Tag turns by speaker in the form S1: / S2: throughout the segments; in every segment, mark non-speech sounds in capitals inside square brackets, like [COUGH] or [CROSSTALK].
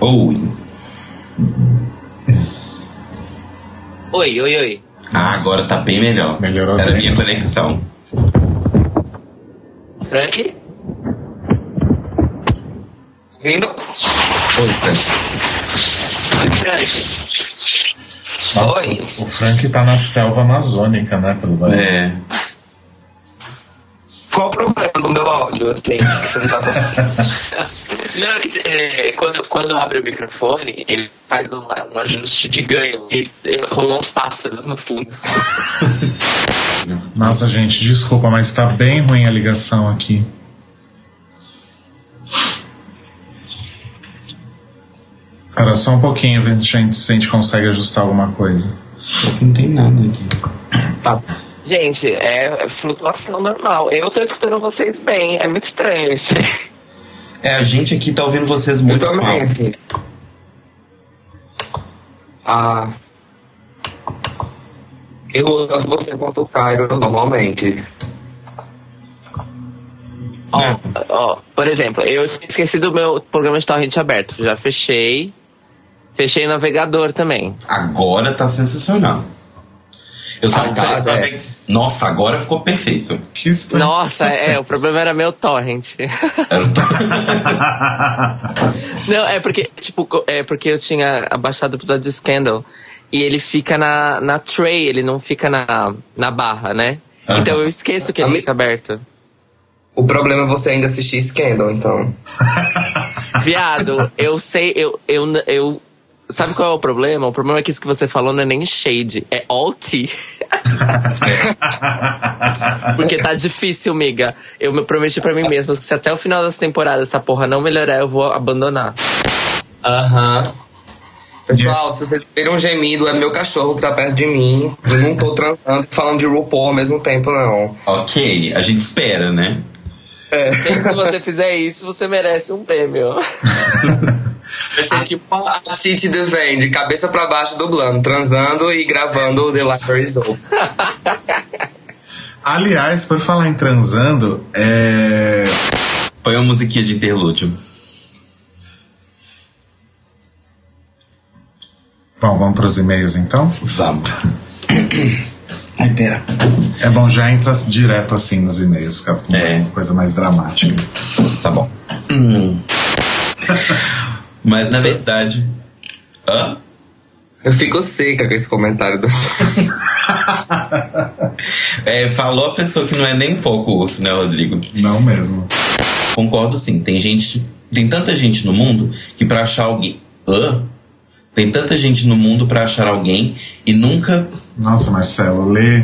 S1: Owen.
S2: Oi, oi, oi.
S1: Ah, agora tá bem melhor.
S3: Melhorou
S1: Era a
S3: bem.
S1: minha conexão.
S2: Frank?
S4: Vindo?
S1: Oi, Frank.
S2: Oi, Frank.
S3: Nossa,
S4: Oi.
S3: o Frank tá na selva amazônica, né? Pelo barulho.
S1: É.
S4: Qual o problema do meu áudio, assim, que você não tá conseguindo?
S2: [LAUGHS] Não, que, é, quando, quando abre o microfone, ele faz um, um ajuste de ganho. E e rolou uns pássaros no fundo.
S3: Nossa, gente, desculpa, mas tá bem ruim a ligação aqui. Cara, só um pouquinho, ver se a gente, se a gente consegue ajustar alguma coisa.
S1: [LAUGHS] Só que não tem nada aqui.
S5: Gente, é flutuação normal. Eu tô escutando vocês bem. É muito estranho isso.
S1: É, a gente aqui tá ouvindo vocês muito
S5: eu
S1: mal.
S5: também, assim.
S4: Ah. Eu ouço você quanto o Cairo normalmente.
S5: Ó,
S1: Né?
S5: ó, por exemplo, eu esqueci do meu programa de torrent aberto. Já fechei. Fechei navegador também.
S1: Agora tá sensacional. Eu só
S4: Agora
S1: precisava-
S4: é.
S1: Nossa, agora ficou perfeito.
S3: Que estranho.
S5: Nossa, é, o problema era meu torrent. [LAUGHS]
S1: Era um o
S5: Não, é porque, tipo, co- é porque eu tinha abaixado o episódio de Scandal. E ele fica na, na tray, ele não fica na, na barra, né?
S1: Aham.
S5: Então eu esqueço que ele
S4: Ami-
S5: fica aberto.
S4: O problema é você ainda assistir Scandal, então.
S5: Viado, eu sei, eu, eu, n- eu. Sabe qual é o problema? O problema é que isso que você falou não é nem shade, é alt. [LAUGHS] Porque tá difícil, miga. Eu me prometi pra mim mesmo que se até o final dessa temporada essa porra não melhorar, eu vou abandonar.
S4: Aham. Pessoal, se vocês ouviram um gemido, é meu cachorro que tá perto de mim. Eu não tô transando e falando de RuPaul ao mesmo tempo, não.
S1: [LAUGHS] ok, a gente espera, né?
S5: Então, se você fizer isso, você merece um prêmio. [LAUGHS]
S1: Vai ser tipo-
S4: A Titi defende, cabeça pra baixo dublando, transando e gravando o The Library Open.
S3: Aliás, por falar em transando, é.
S1: Põe uma musiquinha de interlúdio.
S3: Bom, vamos pros e-mails então.
S1: Vamos. Ai, pera.
S3: É bom, já entra direto assim nos e-mails, fica com
S1: É.
S3: uma coisa mais dramática.
S1: Tá bom. Hum. Mas na verdade. Hã?
S4: Eu fico seca com esse comentário do.
S1: É, falou a pessoa que não é nem um pouco osso, né, Rodrigo?
S3: Não mesmo.
S1: Concordo sim. Tem gente. Tem tanta gente no mundo que pra achar alguém. Hã? Tem tanta gente no mundo pra achar alguém e nunca.
S3: Nossa, Marcelo, lê.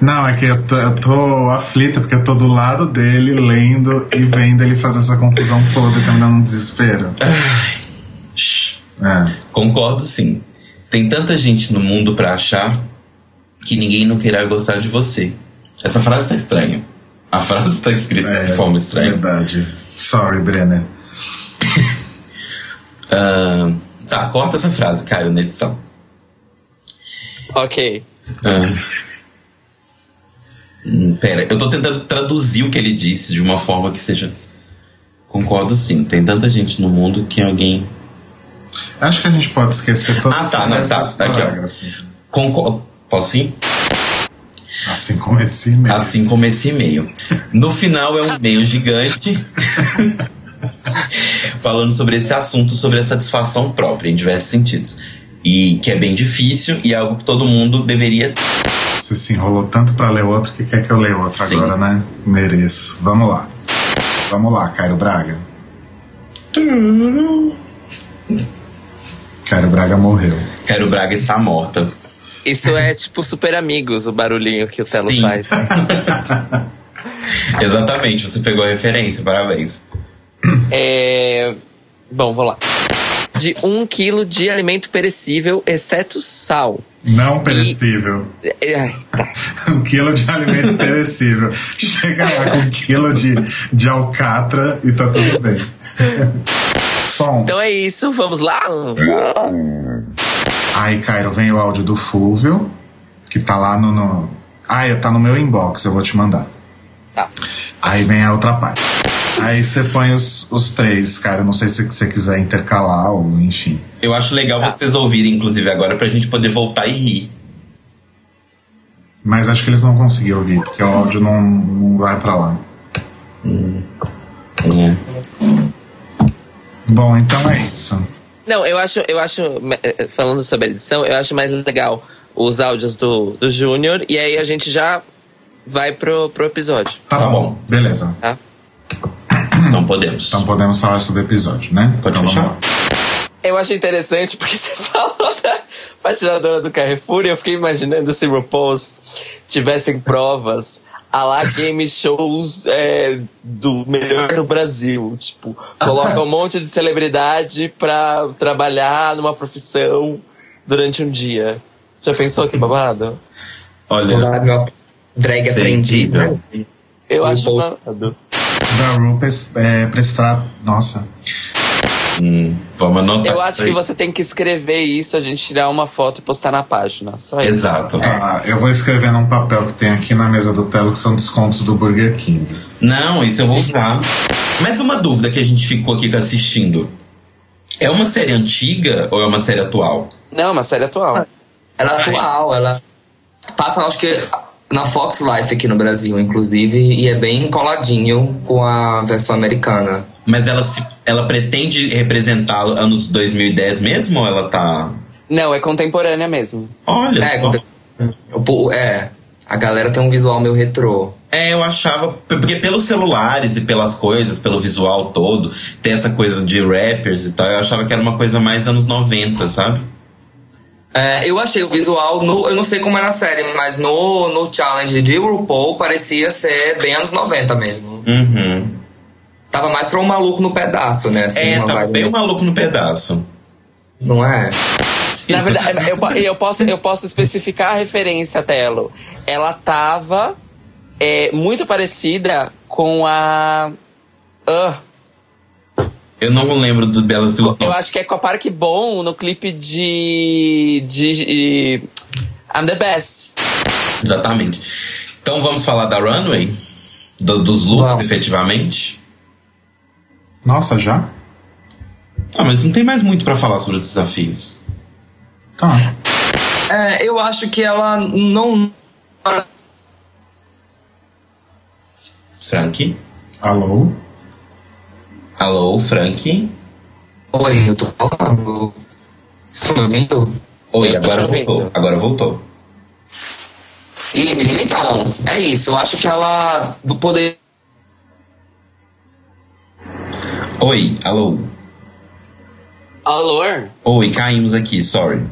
S3: Não, é que eu tô, eu tô aflita porque eu tô do lado dele lendo e vendo ele fazer essa confusão toda e tá me dando um desespero.
S1: Shh.
S3: É.
S1: Concordo sim. Tem tanta gente no mundo pra achar que ninguém não querá gostar de você. Essa frase tá estranha. A frase tá escrita
S3: É,
S1: de forma estranha.
S3: Verdade. Sorry, Brenner.
S1: Ah, tá, corta essa frase, cara, na edição.
S5: ok.
S1: Ah. Hum, pera, eu tô tentando traduzir o que ele disse de uma forma que seja. Concordo sim, tem tanta gente no mundo que alguém.
S3: Acho que a gente pode esquecer todas
S1: Ah, tá,
S3: essas
S1: não,
S3: restas
S1: tá,
S3: dos
S1: tá aqui, ó.
S3: parágrafos.
S1: Concordo. Posso ir?
S3: Assim como esse e-mail.
S1: Assim como esse e-mail. No final é um e-mail gigante. [LAUGHS] falando sobre esse assunto, sobre a satisfação própria, em diversos sentidos. E que é bem difícil e é algo que todo mundo deveria
S3: Você se enrolou tanto pra ler outro que quer que eu leia outro
S1: Sim.
S3: agora, né? Mereço. Vamos lá. Vamos lá, Cairo Braga. Cairo Braga morreu.
S1: Cairo Braga está morta.
S5: Isso é tipo super amigos, o barulhinho que o Telo
S1: Sim.
S5: faz.
S1: Exatamente, você pegou a referência, parabéns.
S5: É... Bom, vou lá. De um quilo de alimento perecível, exceto sal.
S3: Não perecível.
S5: É, ai, tá.
S3: Um quilo de alimento perecível. Chega lá com um quilo de, de alcatra e tá tudo bem. Bom,
S5: Então é isso, vamos lá?
S3: aí, Cairo, vem o áudio do Fúvio, que tá lá no. no... Ah, eu- tá no meu inbox, eu vou te mandar.
S5: Tá.
S3: Aí vem a outra parte. Aí você põe os, os três, cara. Não sei se você quiser intercalar ou enfim.
S1: Eu acho legal vocês ouvirem, inclusive, agora, pra gente poder voltar e rir.
S3: Mas acho que eles não conseguiram ouvir, porque o áudio não, não vai pra lá.
S1: É.
S3: Bom, então é isso.
S5: Não, eu acho, eu acho, eh, falando sobre a edição, eu acho mais legal os áudios do, do Júnior e aí a gente já vai pro, pro episódio,
S3: Tá,
S1: Tá
S3: bom.
S1: bom.
S3: beleza.
S5: tá?
S1: Não podemos.
S3: Então podemos falar sobre o episódio, né?
S1: Pode
S3: então,
S1: fechar?
S3: vamos lá.
S5: Eu acho interessante porque você [LAUGHS] falou da patinadora do Carrefour e eu fiquei imaginando se RuPaul's tivessem provas a lá game shows é, do melhor do Brasil. Tipo, coloca um monte de celebridade pra trabalhar numa profissão durante um dia. Já pensou que babado?
S1: Olha,
S4: Lá, meu drag aprendiz, né?
S1: sensível.
S5: Eu acho
S4: RuPaul.
S5: babado.
S3: Da Ru pres- é, prestar. Nossa.
S1: Hum, vamos anotar.
S5: Eu acho
S1: isso
S5: que
S1: aí.
S5: você tem que escrever isso, a gente tirar uma foto e postar na página. Só isso.
S1: Exato.
S3: Tá, eu vou escrever num papel que tem aqui na mesa do Telo, que são descontos do Burger King.
S1: Não, isso eu vou usar. Mas uma dúvida que a gente ficou aqui assistindo. É uma série antiga ou é uma série atual?
S5: Não, é uma série atual.
S4: Ela é atual, ela passa, acho que na Fox Life aqui no Brasil, inclusive, e é bem coladinho com a versão americana.
S1: Mas ela, se, ela pretende representar anos 2010 mesmo ou ela tá.
S5: Não, é contemporânea mesmo.
S1: Olha
S4: É,
S1: só.
S4: conte- o po- é, a galera tem um visual meio retrô.
S1: É, eu achava. Porque pelos celulares e pelas coisas, pelo visual todo, ter essa coisa de rappers e tal, eu achava que era uma coisa mais anos 90, sabe?
S4: É, eu achei o visual, no, eu não sei como é na série, mas no, no challenge de RuPaul parecia ser bem anos 90 mesmo.
S1: Uhum.
S4: Tava mais pra um maluco no pedaço, né? Assim,
S1: é,
S4: uma
S1: tá
S4: vibe- é.
S1: bem maluco no pedaço.
S4: Não é?
S5: Na verdade, é, eu, po- eu posso, eu posso especificar a referência, Telo. Ela tava é, muito parecida com a. Ah,
S1: Eu não lembro do Belas Vilas
S5: eu
S1: Novas.
S5: acho que é com a Park Bom no clipe de. de. de I'm the best.
S1: Exatamente. Então vamos falar da runway? Do- dos looks,
S4: Vamos.
S1: efetivamente?
S3: Nossa, já?
S1: Ah, mas não tem mais muito pra falar sobre os desafios.
S3: Tá.
S4: É, eu acho que ela não.
S1: Frank?
S3: Alô? [LAUGHS]
S1: Alô, Frank?
S4: Oi, eu tô falando. é Estão me ouvindo?
S1: Oi,
S5: Eu tô
S1: agora
S5: te ouvindo.
S1: voltou. Agora voltou.
S4: Ih, menina, então, é isso. Eu acho que ela poderia.
S1: Oi, alô.
S6: Alô?
S1: Oi, caímos aqui, sorry.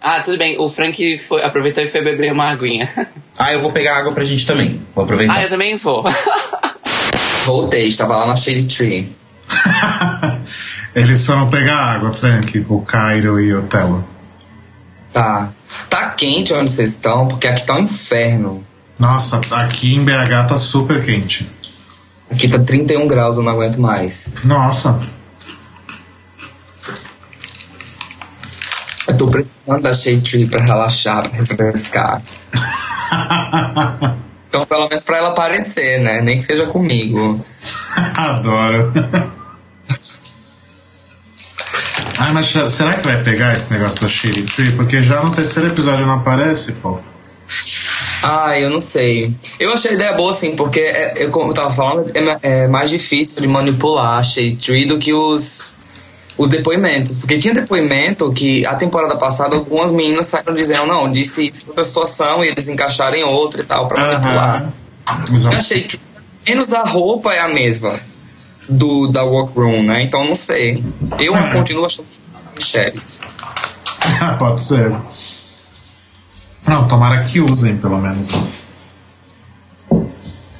S6: Ah, tudo bem. O Frank foi- aproveitou e foi beber uma aguinha.
S1: Ah, eu vou pegar água pra gente também. Vou
S5: [LAUGHS] Ah,
S1: aproveitar.
S5: eu
S6: [LAUGHS]
S5: também vou.
S4: Voltei, estava lá na Shade Tree.
S3: Eles foram pegar água, Frank, o Cairo e o Telo.
S4: Tá. Tá quente onde vocês estão, porque aqui tá um inferno.
S3: Nossa, aqui em BH tá super quente.
S4: Aqui tá 31 graus, eu não aguento mais.
S3: Nossa, [LAUGHS]
S4: Eu tô precisando da Shade Tree pra relaxar, pra refrescar. então, pelo menos pra ela aparecer, né? Nem que seja comigo.
S3: adoro. [LAUGHS] Ai, mas será que vai pegar esse negócio da Shady Tree? Porque já no terceiro episódio não aparece, pô.
S4: Ah, eu não sei. Eu achei a ideia boa, assim, porque, é- eu, como eu tava falando, é, ma- é mais difícil de manipular a Shade Tree do que os, os depoimentos. Porque tinha depoimento que, a temporada passada, algumas meninas saíram dizendo, não, disse isso pra situação e eles encaixaram em outra e tal, pra manipular.
S3: Aham.
S4: Eu
S3: Exato.
S4: achei que menos a roupa é a mesma do da workroom, né? Então não sei. Eu
S3: É.
S4: continuo achando Sherry's.
S3: [LAUGHS] Pode ser. Não, tomara que usem, pelo menos.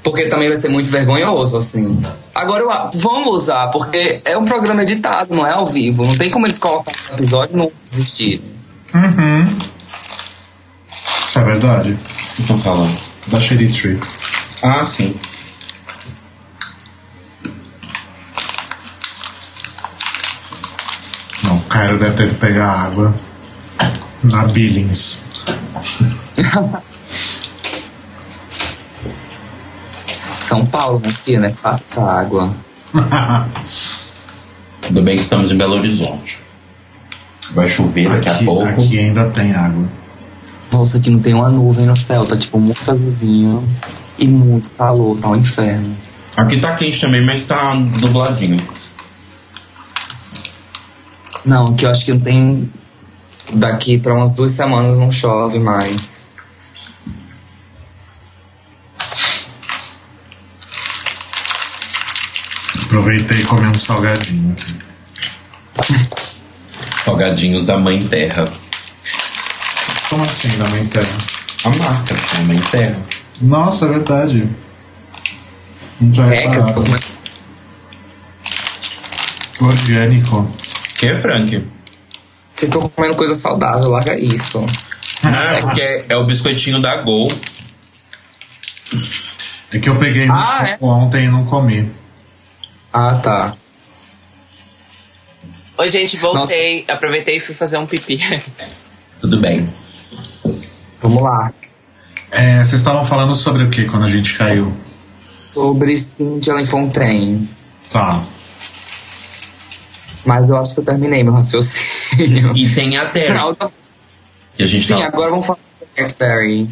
S4: Porque também vai ser muito vergonhoso, assim. Agora eu a- vamos usar, porque é um programa editado, não é ao vivo. Não tem como eles colocarem um episódio e não existir.
S3: Uhum. Isso é verdade.
S1: O que vocês estão falando?
S3: Da Shady Tree.
S1: Ah, sim.
S3: Não, o Cairo deve ter que pegar água na Billings.
S4: Só São Paulo, aqui, né? Passa água.
S1: Ainda bem que estamos em Belo Horizonte. Vai chover daqui a
S3: aqui,
S1: pouco.
S3: aqui ainda tem água.
S4: Nossa, aqui não tem uma nuvem no céu, tá tipo muito azulzinho e muito calor, tá um inferno.
S1: Aqui tá quente também, mas tá dubladinho.
S4: Não, que eu acho que não tem. Daqui pra umas duas semanas não chove mais.
S3: Aproveitei e comi um salgadinho aqui.
S1: Salgadinhos da Mãe Terra.
S3: Como assim, da mãe terra?
S1: A marca da Mãe Terra.
S3: Nossa, é verdade. Não tinha
S4: É, que
S3: reparado.
S4: essa-
S3: Orgânico.
S1: Que é, Frank?
S4: vocês estão comendo coisa saudável, larga isso.
S1: Ah, porque é, o biscoitinho da Gol.
S3: É que eu peguei no
S4: Ah,
S3: suco ontem e não comi.
S4: Ah, tá.
S5: Oi, gente, voltei. Aproveitei e fui fazer um pipi.
S1: Tudo bem.
S4: Vamos lá.
S3: É, vocês estavam falando sobre o que quando a gente caiu?
S4: Sobre Cynthia Fontaine.
S3: Tá.
S4: Mas eu acho que eu terminei meu raciocínio.
S1: E tem a
S7: é.
S1: Terra.
S4: Fralda-
S1: Que a gente
S4: Sim,
S1: tá...
S4: agora vamos falar do Blackberry.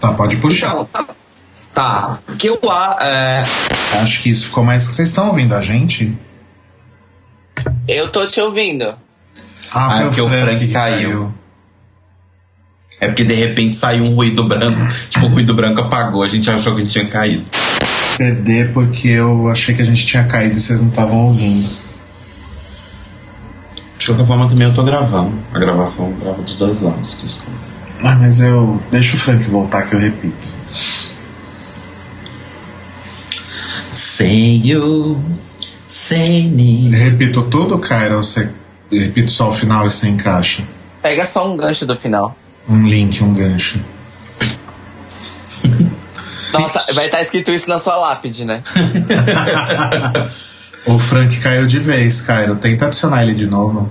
S3: Tá, pode puxar.
S4: Então, tá. Tá. Que eu a. É,
S3: Acho que isso ficou mais. Vocês estão ouvindo a gente?
S5: Eu tô te ouvindo.
S1: Ah, porque o Frank
S3: que
S1: caiu. É porque de repente saiu um ruído branco. Tipo, o ruído branco apagou. A gente achou que tinha caído.
S3: Perder porque eu achei que a gente tinha caído e vocês não estavam ouvindo.
S1: De qualquer forma, também eu tô gravando. A gravação grava dos dois lados. que isso-
S3: Ah, mas eu. Deixa o Frank voltar que eu repito.
S1: Sem you, sem me.
S3: Eu repito tudo, Kyra, ou você. Eu repito só o final e você encaixa?
S7: Pega só um gancho do final.
S3: Um link, um gancho.
S7: Nossa, vai estar escrito isso na sua lápide, né?
S3: O Frank caiu de vez, Kyra. Tenta adicionar ele de novo.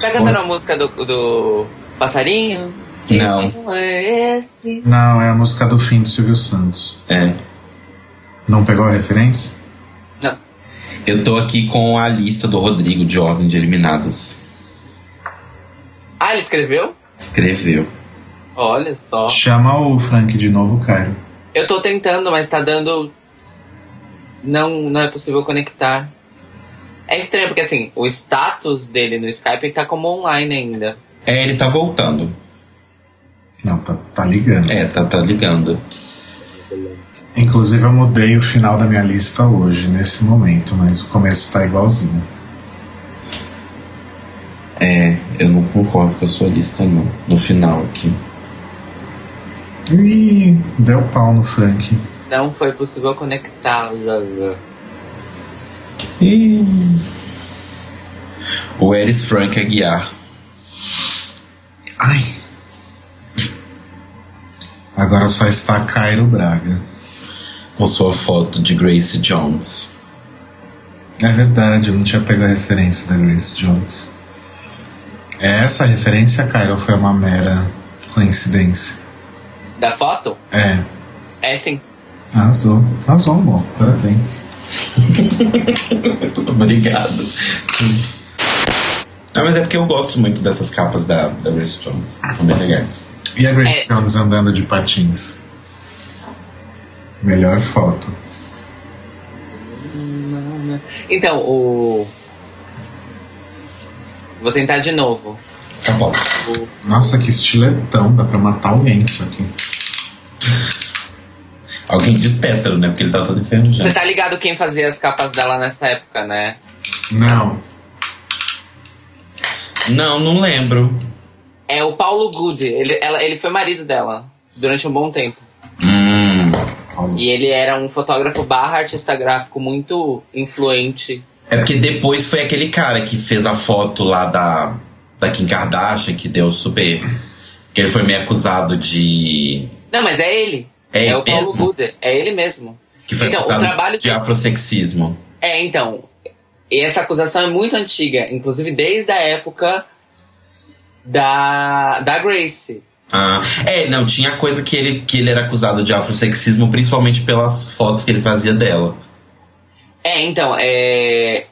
S5: Tá cantando a música do, do passarinho?
S1: Não.
S5: Que som é esse?
S3: Não, é a música do fim do Silvio Santos.
S1: É.
S3: Não pegou a referência?
S5: Não.
S1: Eu tô aqui com a lista do Rodrigo de ordem de eliminadas.
S5: Ah, ele escreveu?
S1: Escreveu.
S5: Olha só.
S3: Chama o Frank de novo, Cairo.
S5: Eu tô tentando, mas tá dando. Não, não é possível conectar. É estranho, porque assim, o status dele no Skype ele tá como online ainda.
S1: É, ele tá voltando.
S3: Não, tá, tá ligando.
S1: É, tá, tá ligando.
S3: Inclusive eu mudei o final da minha lista hoje, nesse momento, mas o começo tá igualzinho.
S1: É, eu não concordo com a sua lista, não. No final aqui.
S3: Ih, deu pau no Frank.
S5: Não foi possível conectar.
S1: Ih. O Eris Frank Aguiar.
S3: Ai. Agora só está Cairo Braga.
S1: Com sua foto de Grace Jones.
S3: É verdade, eu não tinha pego a referência da Grace Jones. É Essa referência, Cairo, foi uma mera coincidência.
S5: Da foto?
S3: É,
S5: É sim.
S3: arrasou. Arrasou, amor. Parabéns.
S1: [LAUGHS] Obrigado. Ah, mas é porque eu gosto muito dessas capas da, da Grace Jones. é São bem legais.
S3: E a Grace
S5: É.
S3: Jones andando de patins? Melhor foto.
S5: Então, o. Vou tentar de novo.
S1: Tá bom.
S3: Nossa, que estiletão, dá pra matar alguém isso aqui.
S1: Alguém de pétalo, né? Porque ele tá todo enferrujado.
S5: Você tá ligado quem fazia as capas dela nessa época, né?
S3: Não,
S1: Não, não lembro.
S5: É o Paulo Guzzi. Ele, ela- ele foi marido dela durante um bom tempo.
S1: Hum.
S3: Paulo.
S5: E ele era um fotógrafo barra artista gráfico muito influente.
S1: É porque depois foi aquele cara que fez a foto lá da, da Kim Kardashian, que deu super. que ele foi meio acusado de.
S5: Não, mas é ele.
S1: É ele
S5: o Paulo
S1: mesmo?
S5: Guder. É ele mesmo.
S1: que foi
S5: Então, o
S1: acusado
S5: trabalho
S1: de
S5: que-
S1: afrosexismo.
S5: É, então. E essa acusação é muito antiga, inclusive desde a época da, da Grace.
S1: Ah, é, não, tinha coisa que ele, que ele era acusado de afrossexismo, principalmente pelas fotos que ele fazia dela.
S5: É, então, é,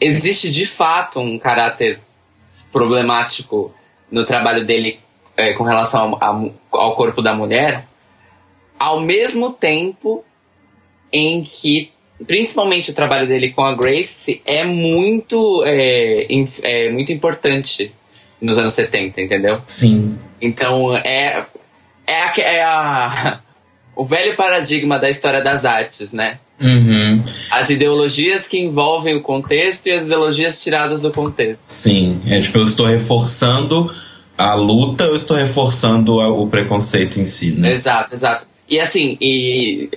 S5: existe de fato um caráter problemático no trabalho dele é, com relação ao, ao- ao corpo da mulher, ao mesmo tempo em que, principalmente o trabalho dele com a Grace, é muito, é, inf- é, muito importante nos anos 70, entendeu?
S1: Sim.
S5: Então é é, a, é a- [LAUGHS] o velho paradigma da história das artes, né?
S1: Uhum.
S5: As ideologias que envolvem o contexto e as ideologias tiradas do contexto.
S1: Sim. É tipo, eu estou reforçando a luta, eu estou reforçando a- o preconceito em si, né?
S5: Exato, exato. E assim, e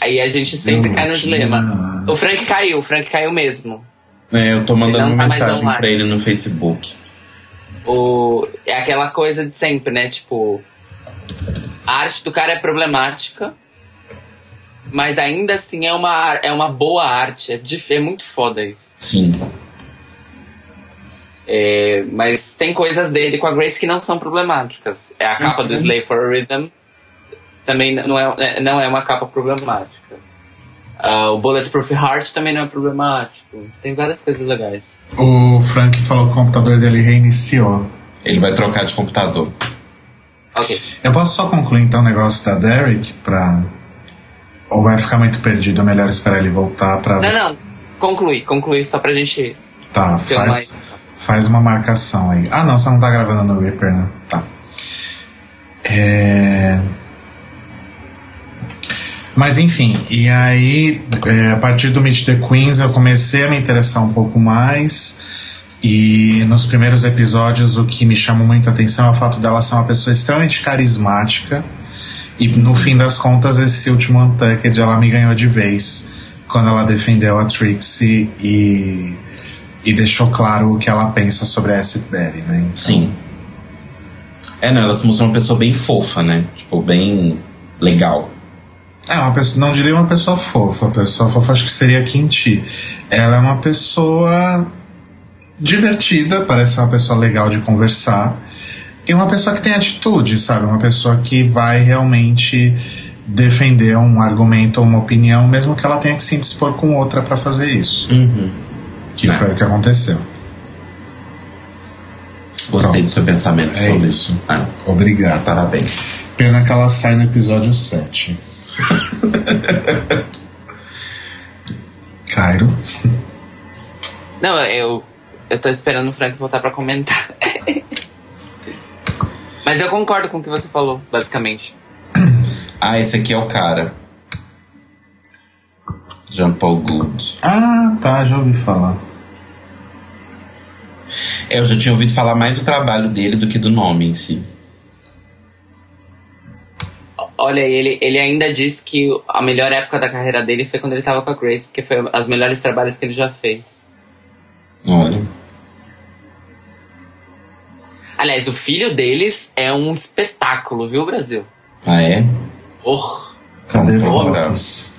S5: aí a gente sempre cai no dilema. O Frank caiu, o Frank caiu mesmo.
S1: É, eu tô mandando
S5: Ele não
S1: uma
S5: tá mais
S1: mensagem
S5: online.
S1: pra ele no Facebook.
S5: O, é aquela coisa de sempre, né? Tipo, a arte do cara é problemática, mas ainda assim é uma, ar- é uma boa arte. É, dif- é muito foda isso.
S1: Sim.
S5: É, mas tem coisas dele com a Grace que não são problemáticas. É a capa do Slay for a Rhythm também não é, é- não é uma capa problemática. Ah, o Bulletproof Heart também não é problemático. Tem várias coisas legais.
S3: O Frank falou que o computador dele reiniciou.
S1: Ele vai trocar de computador.
S5: Ok.
S3: Eu posso só concluir então o negócio da Derek pra. Ou vai ficar muito perdido, é melhor esperar ele voltar pra.
S5: Não, não. Conclui, conclui só pra gente
S3: Tá,
S5: ter
S3: faz,
S5: mais.
S3: Faz uma marcação aí. Ah, não, você não tá gravando no Reaper, né? Tá. É... Mas enfim, e aí, é, a partir do Meet the Queens, eu comecei a me interessar um pouco mais. E nos primeiros episódios, o que me chamou muita atenção é o fato dela ser uma pessoa extremamente carismática. E no fim das contas, esse último Untucked ela me ganhou de vez quando ela defendeu a Trixie e e deixou claro o que ela pensa sobre a Acid Berry, né? Então,
S1: Sim. É, não, ela se mostrou uma pessoa bem fofa, né? Tipo, bem legal.
S3: É uma pessoa, não diria uma pessoa fofa, pessoa fofa acho que seria Quinti. Ela é uma pessoa divertida, parece uma pessoa legal de conversar. E uma pessoa que tem atitude, sabe? Uma pessoa que vai realmente defender um argumento ou uma opinião, mesmo que ela tenha que se indispor com outra pra fazer isso.
S1: Uhum.
S3: Que
S1: É.
S3: foi o que aconteceu.
S1: Gostei
S3: Pronto.
S1: do seu pensamento
S3: É
S1: sobre
S3: isso.
S1: isso. Ah,
S3: Obrigado.
S1: parabéns.
S3: Pena que ela sai no episódio 7. Cairo.
S5: Não, eu, eu tô esperando o Frank voltar pra comentar. [LAUGHS] mas eu concordo com o que você falou, basicamente.
S1: Ah, esse aqui é o cara. Jean Paul Good.
S3: Ah, tá, já ouvi falar.
S1: É, eu já tinha ouvido falar mais do trabalho dele do que do nome em si.
S5: Olha, ele, ele ainda disse que a melhor época da carreira dele foi quando ele tava com a Grace, que foi as melhores trabalhos que ele já fez.
S1: Olha.
S5: Aliás, o filho deles é um espetáculo, viu, Brasil?
S1: Ah, é?
S5: Oh,
S3: Cadê
S1: Vamos procurar.
S3: fotos?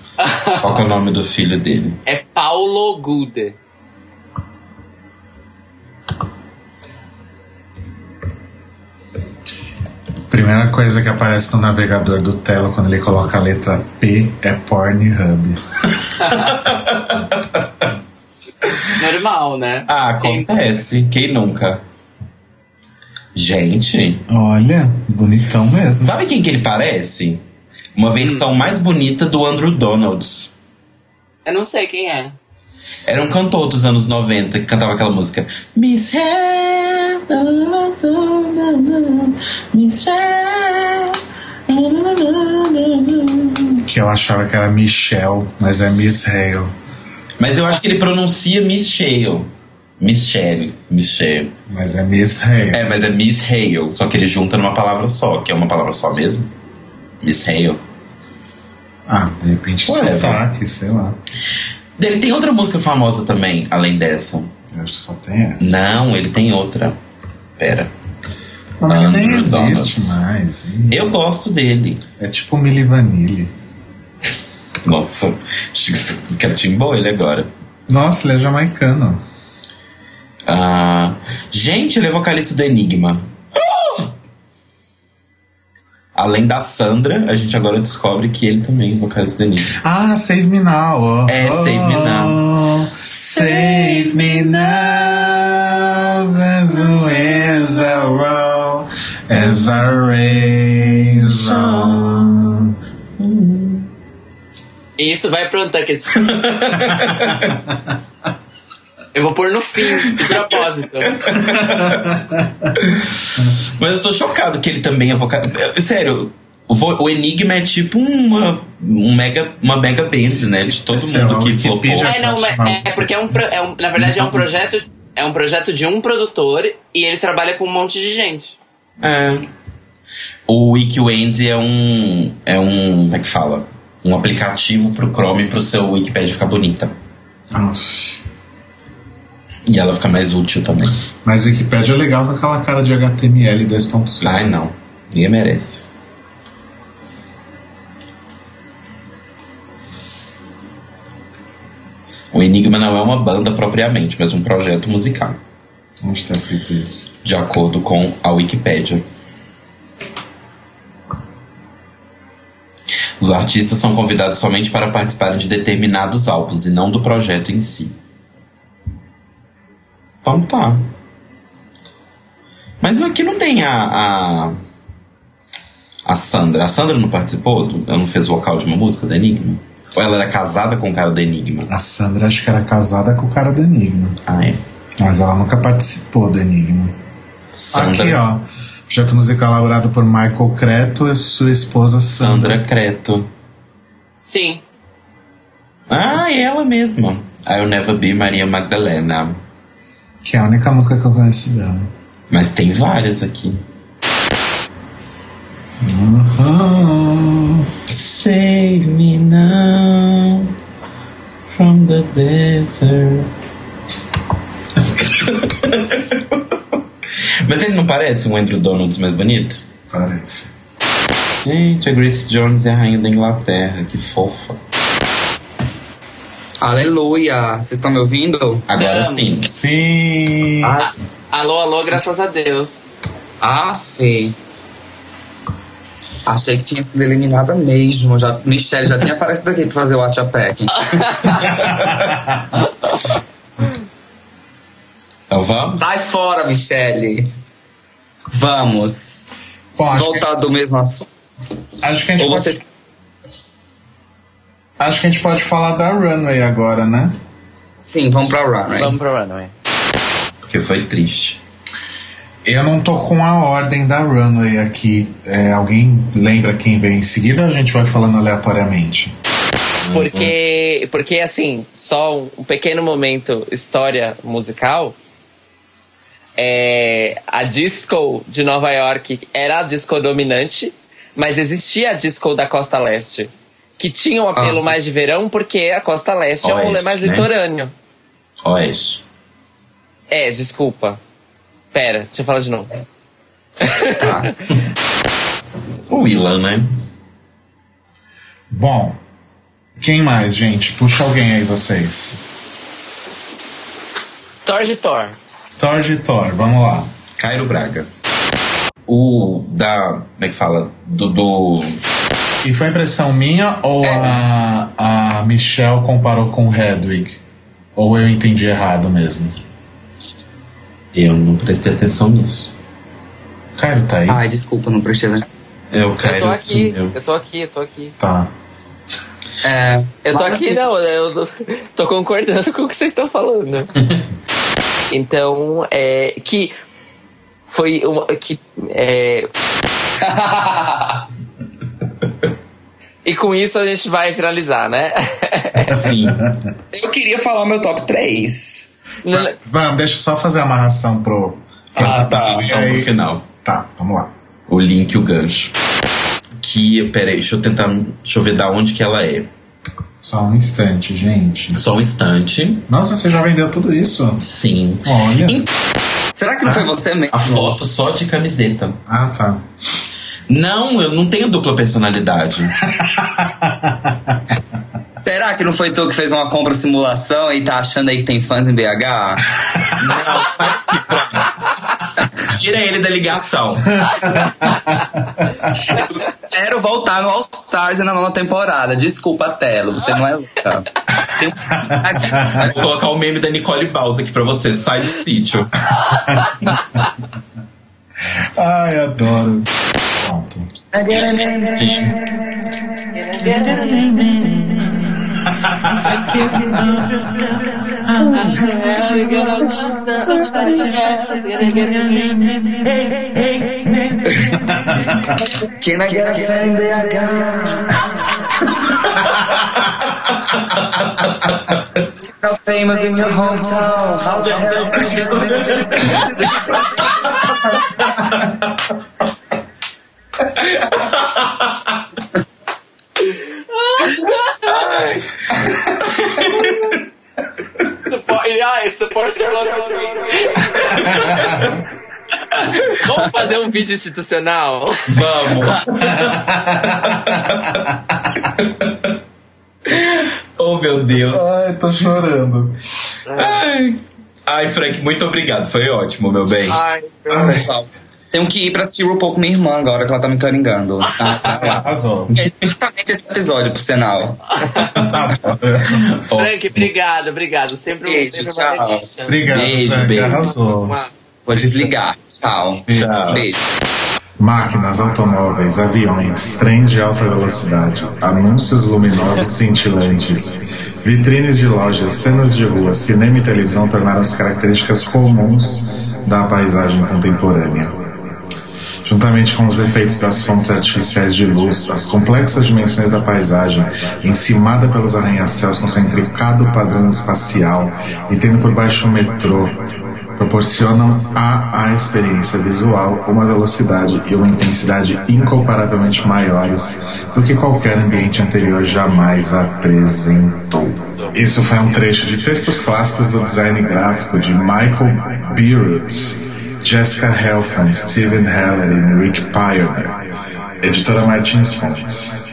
S1: Qual que é o nome do filho dele?
S5: é Paulo Gude.
S3: Primeira coisa que aparece no navegador do Telo quando ele coloca a letra P é Pornhub.
S5: Normal, né?
S1: Ah, acontece. Quem nunca? Gente,
S3: Olha, bonitão mesmo.
S1: sabe quem que ele parece? Uma versão mais bonita do Andrew Donalds.
S5: Eu não sei quem é.
S1: Era um cantor dos anos 90 que cantava aquela música. Miss Hair, da, da, da, da, Miss Hair, da, da, da, da, da.
S3: Que eu achava que era Michelle, mas é Miss Hale.
S1: Mas eu acho que ele pronuncia Michelle. Michelle, Michelle.
S3: Mas é Miss Hale.
S1: É, mas é Miss Hale, só que ele junta numa palavra só, que é uma palavra só mesmo. Miss Hale.
S3: Ah, de repente
S1: Ué, tá.
S3: sotaque, sei lá.
S1: Ele tem outra música famosa também, além dessa.
S3: Eu acho que só tem essa.
S1: Não, ele tem outra. Pera.
S3: Não, ele nem
S1: Andrew
S3: existe
S1: Donuts.
S3: mais.
S1: Eu gosto dele.
S3: É tipo Milli Vanilli.
S1: [LAUGHS] Nossa, quero te ele agora.
S3: Nossa, ele é jamaicano.
S1: Ah, gente, ele é vocalista do Enigma. Ah! Além da Sandra, a gente agora descobre que ele também é vocalista do Enigma.
S3: Ah, Save Me Now. Oh,
S1: É, Save Me
S3: Now. Save Me Now. As waves I roll, as I raise on. [LAUGHS]
S5: E isso vai pro Untucked. Eu vou pôr no fim, de propósito.
S1: Mas eu tô chocado que ele também é vocalista. Sério, o, vo- o Enigma é tipo uma, um mega, uma mega band, né? De todo
S3: Sei lá,
S1: mundo que
S3: Wikipedia.
S1: flopou.
S5: É, não, mas é porque é um, pro- é um- na verdade é um projeto, é um projeto de um produtor e ele trabalha com um monte de gente.
S1: É. O WikiWend é um. É um. Como é que fala? Um aplicativo pro Chrome pro seu Wikipedia ficar bonita.
S3: Nossa.
S1: E ela fica mais útil também.
S3: Mas o Wikipedia é legal com aquela cara de HTML 2.0.
S1: Ai não. Ninguém merece. O Enigma não é uma banda propriamente, mas um projeto musical,
S3: Onde tá escrito isso?
S1: de acordo com a Wikipédia. Os artistas são convidados somente para participarem de determinados álbuns e não do projeto em si. Então tá. Mas aqui não tem a. A, a Sandra. A Sandra não participou? Do, ela não fez vocal de uma música do Enigma? Ou ela era casada com o cara do Enigma?
S3: A Sandra acho que era casada com o cara do Enigma.
S1: Ah, é.
S3: Mas ela nunca participou do Enigma.
S1: Sandra,
S3: Aqui, ó. Projeto musical elaborado por Michael Creto e sua esposa Sandra.
S1: Sandra Creto.
S5: Sim.
S1: Ah, é ela mesma. I'll Never Be Maria Magdalena.
S3: Que é a única música que eu conheço dela.
S1: Mas tem várias aqui.
S3: Uhum.
S1: Save me now from the desert. [LAUGHS] Mas ele não parece um Andrew Donalds mais bonito?
S3: Parece.
S1: Gente, a Grace Jones é a rainha da Inglaterra, que fofa.
S4: Aleluia! Vocês estão me ouvindo?
S1: Agora
S5: Amo.
S1: sim. [LAUGHS]
S3: Sim.
S4: Ah,
S5: Alô, alô, graças a Deus.
S4: ah sim. Achei que tinha sido eliminada mesmo. Já, Michelle já tinha aparecido aqui pra fazer o WhatsApp.
S1: Então vamos?
S4: Sai fora, Michelle! Vamos
S3: Bom, acho que,
S4: voltar do mesmo assunto.
S3: acho que a gente
S4: Ou
S3: pode,
S4: vocês.
S3: acho que a gente pode falar da Runway agora, né?
S4: Sim, vamos pra Runway.
S7: Vamos pro runway.
S1: Porque foi triste.
S3: Eu não tô com a ordem da Runway aqui. É, alguém lembra quem vem em seguida ou a gente vai falando aleatoriamente?
S7: Porque, porque assim, só um, um pequeno momento história musical. É, a disco de Nova York era a disco dominante, mas existia a disco da Costa Leste, que tinha um apelo
S4: Ah.
S7: mais de verão, porque a Costa Leste é um rolê
S1: Oeste,
S7: mais
S1: né?
S7: litorâneo.
S1: Ó, isso.
S7: É, desculpa. Pera, deixa eu falar de novo.
S4: Tá.
S1: O Willan, né?
S3: Bom, quem mais, gente? Puxa alguém aí, vocês.
S7: Thor de Thor.
S3: Thor de Thor, vamos lá.
S1: Cairo Braga. O da. Como é que fala? Do. do
S3: E foi impressão minha ou a, a Michelle comparou com Hedwig? Ou eu entendi errado mesmo?
S1: eu não prestei atenção nisso. Ah,
S3: Cairo tá aí?
S4: Ai, desculpa, não prestei atenção.
S1: É o
S7: Eu
S1: Cairo.
S7: tô aqui,
S1: sumiu.
S7: eu tô aqui, eu tô aqui.
S3: Tá.
S4: É,
S7: Eu tô
S4: mas
S7: aqui,
S4: assim, [LAUGHS]
S7: não, né? eu tô- tô concordando com o que vocês estão falando. então, é. Que foi uma. Que, é, e com isso a gente vai finalizar,
S4: [LAUGHS]
S7: né?
S1: Sim.
S4: Eu queria falar meu top 3.
S7: Não-
S3: [LAUGHS] Vamos, deixa eu só fazer a amarração pro.
S1: Ah,
S3: essa
S1: tá.
S3: parte
S1: Só pro
S3: aí.
S1: final.
S3: Tá, vamos lá.
S1: O link e o gancho. Que. Peraí, deixa eu tentar. Deixa eu ver da onde que ela é.
S3: Só um instante, gente.
S1: Só um instante.
S3: Nossa, você já vendeu tudo isso?
S1: Sim.
S3: Olha.
S4: Será que não foi você mesmo?
S1: A foto só de camiseta.
S3: Ah, tá.
S1: Não, eu não tenho dupla personalidade.
S4: Será? Será que não foi tu que fez uma compra simulação e tá achando aí que tem fãs em BH?
S1: Tira ele da ligação.
S4: [LAUGHS] Quero voltar no All Stars na nona temporada. Desculpa, Telo, você não é louca. Tem um-
S1: Vou colocar o meme da Nicole Baus aqui pra você. Sai do sítio.
S3: Ai, adoro. Pronto.
S1: Gente,
S4: Quem não quer fã em BH? So famous in your hometown. How the hell can you be?
S5: Supo- ele- Ah, esse suporte é logo Vamos fazer um vídeo institucional?
S1: Vamos. [LAUGHS] oh, meu Deus.
S3: Ai, tô chorando.
S1: Ai. Ai, Frank, muito obrigado. Foi ótimo, meu bem.
S5: Ai,
S4: Ah, Pessoal, Tenho um que ir pra assistir RuPaul com minha irmã agora, que ela tá me caringando. ah.
S3: Arrasou. Tá
S4: É justamente esse episódio, por sinal.
S3: Adoro.
S1: Ó,
S5: Frank, obrigado, obrigado. Sempre, um,
S4: Beijo,
S5: sempre
S4: tchau.
S5: uma delícia.
S3: Obrigado,
S1: Beijo,
S3: Frank,
S1: beijo.
S3: Arrasou.
S5: Uma-
S4: Vou desligar. Tchau.
S1: Tchau.
S4: Beijo.
S3: Máquinas, automóveis, aviões, trens de alta velocidade, anúncios luminosos cintilantes, vitrines de lojas, cenas de rua, cinema e televisão tornaram-se características comuns da paisagem contemporânea. Juntamente com os efeitos das fontes artificiais de luz, as complexas dimensões da paisagem, encimada pelos arranha-céus com seu intricado padrão espacial e tendo por baixo o metrô, proporcionam à à experiência visual uma velocidade e uma intensidade incomparavelmente maiores do que qualquer ambiente anterior jamais apresentou. Isso foi um trecho de textos clássicos do design gráfico de Michael Beirut, Jessica Helfand, Steven Heller e Rick Pioneer. Editora Martins Fontes.